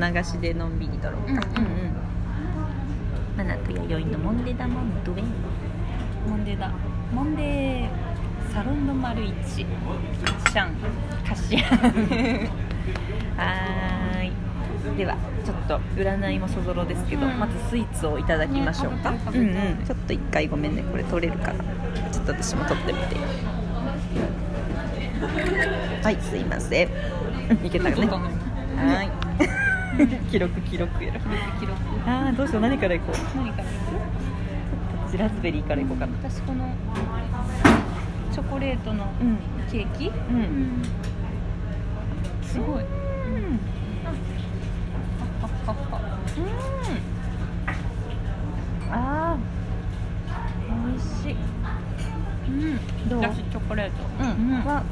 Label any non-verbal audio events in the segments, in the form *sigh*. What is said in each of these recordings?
流しでのんびりだろうか、うんうんマナと弥生のモンデダモンドウェイモンデーだモンデーサロンの丸一シャンカシアンはーいではちょっと占いもそぞろですけど、うんまずスイーツをいただきましょうか、ね食うべんたい食べたいうんちょっと一回ごめんねこれ取れるかなちょっと私も取ってみてはいすいませんうんいけたかねどうぞはーい *laughs* 記録記録やろ記録あーどうしよう何からいこう何からい私ラズベリーからいこうかなく私このチョコレートのうんケーキ、ううんすうごいんパッパッパッあー美味しいうんどうラスチョコレートうん、うんまあ、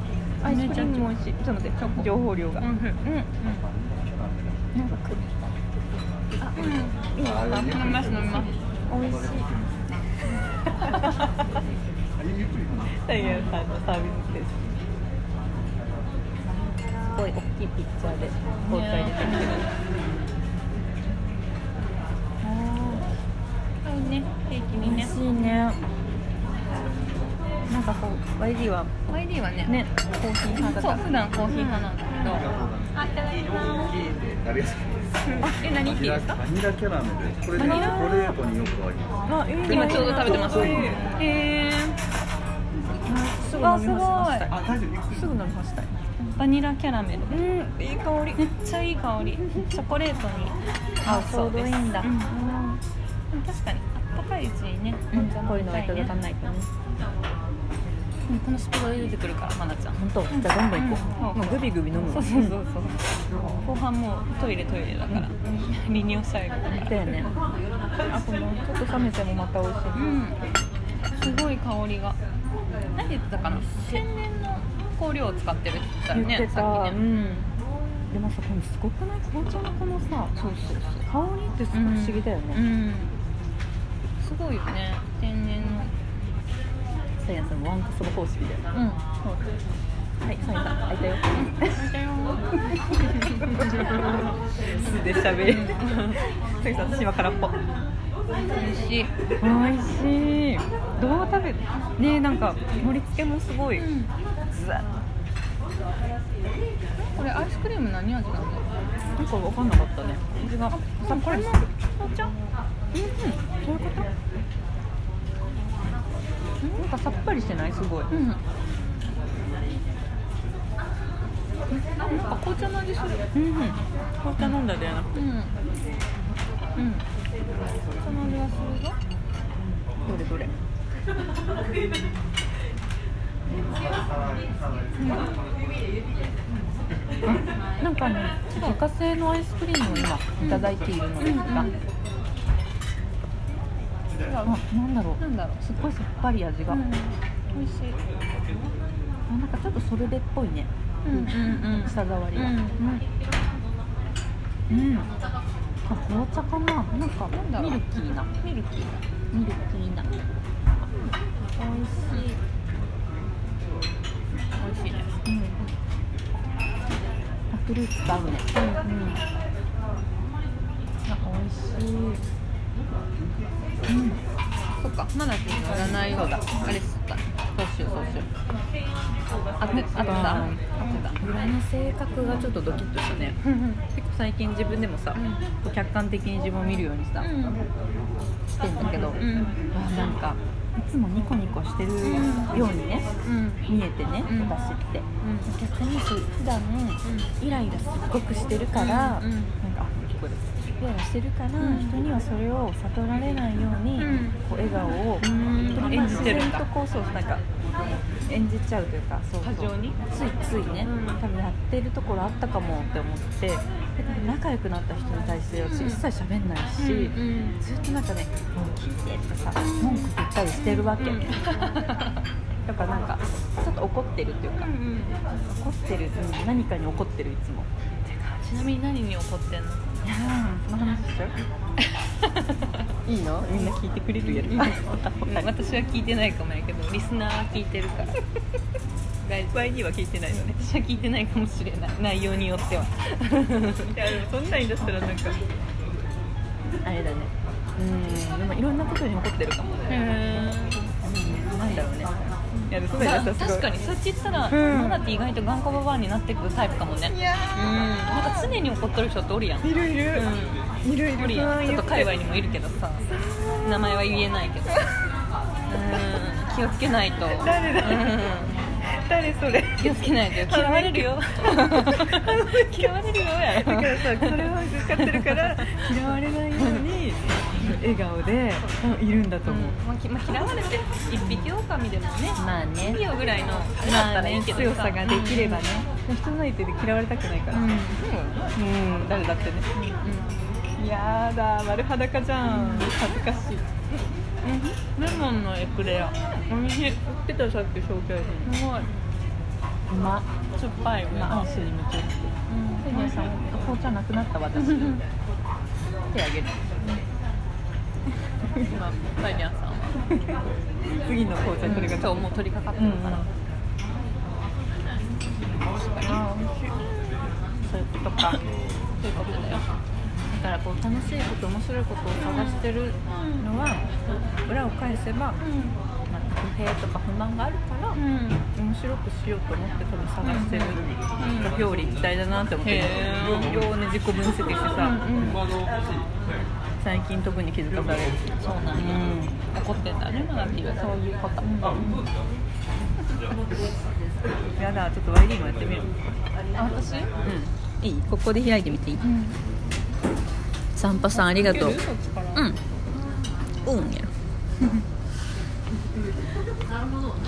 アイスクリームもめ美味しいちょっと待ってチョコ情報量が、おいしういんなんかくうんあ飲みます飲みます美味しいタイヤさんのサービスですすごい大きいピッチャーで紅茶入れてきてる合うねケーキに美ね味しいねなんかこう YD は YD はねねコーヒー派だそうから普段コーヒー派なんだけど、あいただきますありがとうございます。え何ティーですかバニラキャラメル。これね、チバニラョコレートによく合いまあいいね今ちょうど食べてますかっこいいえすわ飲み干したす。あ、大丈夫。すぐ飲み干したいー、バニラキャラメルうんいい香りめっちゃいい香りチョコレートに合うそうでちょうどいいすんだううん確かにあったかいうちにねうん紅茶こういう飲みのがたいいただねかないとねうんこのスピードで出てくるからまなちゃん本当じゃあどんどん行こう、うんもうグビグビ飲むそうそうそうそう後半もうトイレトイレだから利尿したいだからだよねあこのちょっと冷めてもまた美味しい、うんすごい香りが何言ってたかな天然の香料を使ってるって言ったよね言ってた、さっうきねんでもさこのすごくない紅茶のこのさそうそうそう香りってすごい不思議だようね、んすごいよね天然のさやさんワンカそば方式だよねうんはいさやさん開いたよ素で喋るさやさん私は空っぽ美味しい、美味しいどう食べるねえなんか盛り付けもすごい、うん、ずわこれアイスクリーム何味なんだなんか分かんなかったね味がさここれれもも紅茶うんうんそういうことなんかさっぱりしてないすごいうんなんか紅茶の味するうんうん紅茶飲んだではなくうんうん紅茶の味がするぞどれどれなんかね自家製のアイスクリームを今いただいているのですが、うんうんあなんだろなんだろうすっごいさっぱり味う、が、うん、美味しいあなんかちょっとソルベっぽいねうんうんうん舌触りがうんうん、あ紅茶かななんかなんだろうミルキーなミルキーだミルキーな美味しい美味しいねうんあフルーツと合うねうんうんあ美味しいうんそっかまだ君の占いをあれっつったそうしようそうしようあってあってたあってた裏の性格がちょっとドキッとしたねうんうん結構最近自分でもさ、こう客観的に自分を見るようにさ、してんだけど、うんうんあなんかいつもニコニコしてるようにね、うん見えてね、うん私って逆にそう普段イライラすっごくしてるから、うんうんなんかこれイライラしてるから、うん人にはそれを悟られないように、うんこう笑顔を、うん演じてるん自然とだこうそうなんか演じちゃうというかそうそう過剰についついね、うん多分やってるところあったかもって思ってで仲良くなった人に対して私うん一切喋んないし、うんずっとなんかね「もう聞いて」とかさ文句言ったりしてるわけ、うん *laughs* だからなんかちょっと怒ってるっていうか、怒ってる、うん何かに怒ってるいつもちなみに何に怒ってんのいやーその話しちゃう *laughs* いいのみんな聞いてく *laughs* れるやろ私は聞いてないかもやけどリスナーは聞いてるから大丈夫倍には聞いてないのね私は聞いてないかもしれない内容によっては *laughs* いやでもそんなんに出したらなんかあれだねうんでもいろんなことに起こってるかもねへなんだろうねいやでもそんえ、なんまに出したあ、ら確かにそう言ったら、うんマナティー意外とガンカババアになってくるタイプかもねいやうんなんか常に怒ってる人っておるやんーいるいる、いるいおるるやんちょっと界隈にももいるけどさ名前は言えないけどうん気をつけないと誰だうん誰それ気をつけないと嫌われるよ嫌われるよやだろからさこれは使ってるから嫌われないように笑顔でうんいるんだとうん思う、まあきまあ、嫌われて一匹狼でもねまあねいいよぐらいのまだったあらいねいけどさ強さができればね、人の相手で嫌われたくないかうら、ん、うんうん、誰だってね。やだ、丸裸じゃん。恥ずかしい。うん、レモンのエクレアおいしい売ってたさっき紹介品すごいうま、酸っぱい上まあ、アシュリめちゃくちゃ。皆さん、紅茶なくなった私。手あげる。今タイリアンさんは次の紅茶、これが。そうもう取り掛かってるから、確かにあー、美味しい。そういうことかそういうことだよだからこう楽しいこと面白いことを探してるのは裏を返せば、なんか不平とか不満があるから。うん、うん面白くしようと思って多分探してるん表裏一体だなって思ってへー両方ね自己分析してさうんうん最近特に気づかされるそうなんだ、怒ってんだねマナティーはそういうこと、やだちょっと YD もやってみるあ私うんいいここで開いてみていい散歩さんありがとういけるそっちからうんうんやろ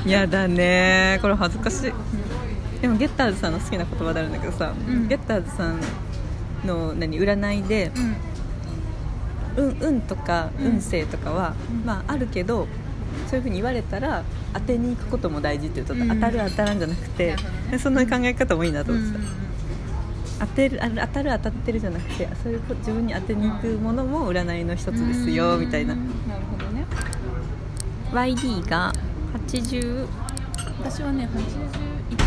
やだねこれ恥ずかしいでもゲッターズさんの好きな言葉であるんだけどさ、んゲッターズさんの何占いでうん「うんうん」とか「うん運勢」とかは、まああるけどそういうふうに言われたら当てに行くことも大事っていうと、うん当たる当たらんじゃなくてなるほどねでそんな考え方もいいなとう思ってた、ん当てるあの当たる当たってるじゃなくてそういうこ自分に当てに行くものも占いの一つですよみたいななるほどね YD が81私はね81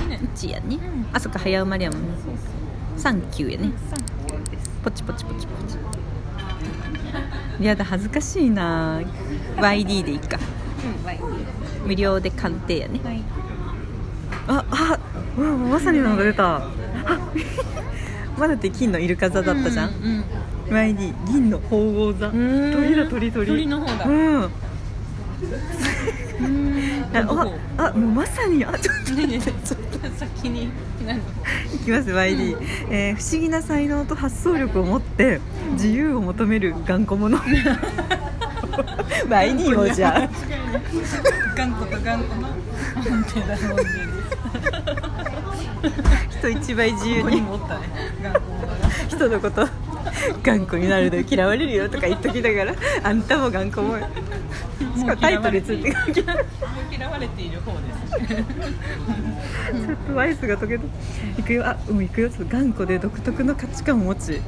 年やね、んあそっか早生まれやもんねそうそう39やね3ですポチポチポチポチやだ恥ずかしいな YD でいいかうんはい無料で鑑定やねはいああうんまさになのが出たあ *laughs* まだって金のイルカ座だったじゃん、うん、 YD 銀の鳳凰座鳥んだ鳥鳥鳥の方だうんうん、あああもうまさにあちょっとねねちょっと先に何いきます YD、えー不思議な才能と発想力を持って自由を求める頑固 *laughs* 者 YD もじゃあ頑固と頑固な本当だもんね人一倍自由ここににもおったね頑固だ人のこと頑固になるの嫌われるよとか言っときながらあんたも頑固もしかもタイトルついてるちょ *laughs* 嫌われている方ですっとワイスが溶けたいくよあもういくよちょっと頑固で独特の価値観を持ち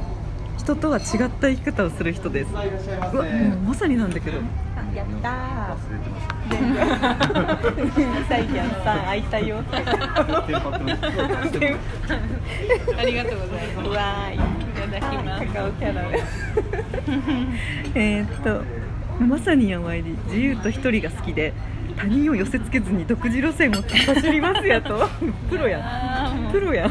人とは違った生き方をする人ですうわもうまさになんだけどやったー忘れてまし *laughs* サイキャンさん会いたいよ。た。テンパってましたありがとうございますわーい。いただきますカカオキャラメル。えーっとまさにやまいり自由と一人が好きで他人を寄せ付けずに独自路線を突っ走りますやと *laughs* プロやあーもうプロ *laughs* や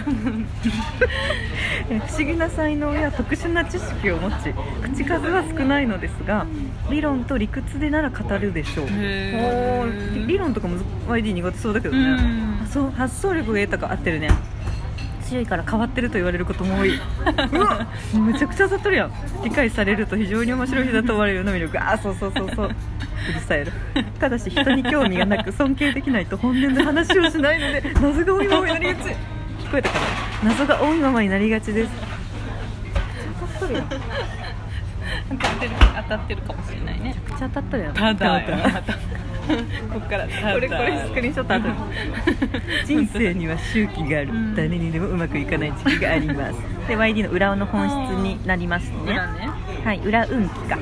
え不思議な才能や特殊な知識を持ち口数は少ないのですが理論と理屈でなら語るでしょうへーおー理論とかも YD 苦手そうだけどね、うんあそう発想力が得たか合ってるね強いから変わってると言われることも多 *laughs* いうわめちゃくちゃ当たっとるやん理解されると非常に面白い人だと思われるような魅力あーそうそうそうそううるさいやろただし人に興味がなく尊敬できないと本音で話をしないので謎が多いままになりがち聞こえたかな謎が多いままになりがちです当たっとるやんめち当たってる当たってるかもしれないねゃくちゃ当たっとるやん *laughs* こっからこれこれスクリーンショットある *laughs* 人生には周期があるうん誰にでもうまくいかない時期がありますで YD の裏の本質になりますね裏ねはい裏運気か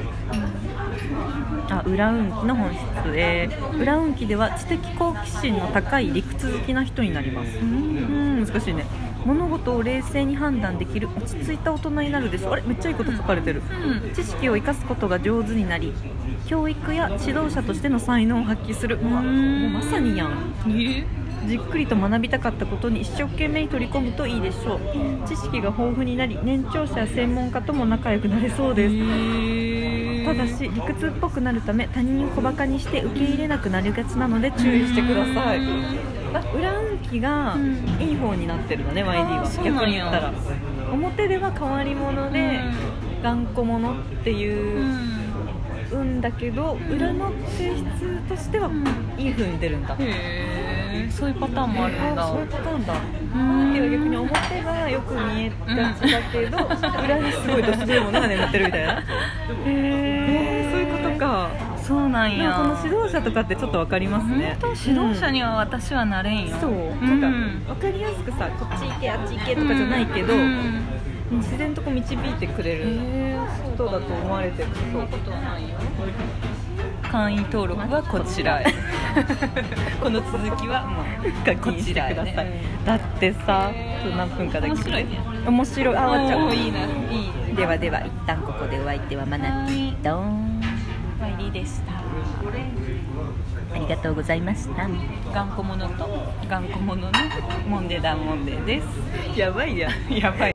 あ裏運気の本質へ裏運気では知的好奇心の高い理屈好きな人になりますうん難しいね物事を冷静に判断できる落ち着いた大人になるですあれめっちゃいいこと書かれてる、う知識を生かすことが上手になり教育や指導者としての才能を発揮するうわうんもうまさにやんえじっくりと学びたかったことに一生懸命に取り込むといいでしょう知識が豊富になり年長者や専門家とも仲良くなれそうですー、ただし理屈っぽくなるため他人を小バカにして受け入れなくなりがちなので注意してくださいあ裏運気がうんいい方になってるのね YD あはーそうな逆んに言やったら表では変わり者で頑固者ってういうん運だけど裏の性質としてはうんいい風に出るんだへえそういうパターンもあるんあだそういうパターンだうんけど逆に表がよく見えがちだけど、 *laughs* 裏にすごいドス黒いものが眠ってるみたいなへえそういうことかそうなんでもやその指導者とかってちょっとわかりますね本当指導者には私はなれんよ、そううんなんかわかりやすくさこっち行けあっち行けとかじゃないけど、うん自然とこう導いてくれるへー人だと思われてるそんなことはないよ会員登録はこちらへ *laughs* この続きはまあここちちららへへねねだってさちょっと何分かだけ面白いね面白いあ終わっちゃおうーいいないいではでは一旦ここでお相手はマナティードーンワイリーでしたありがとうございました頑固者と頑固者のモンデダモンデですやばいやんやばい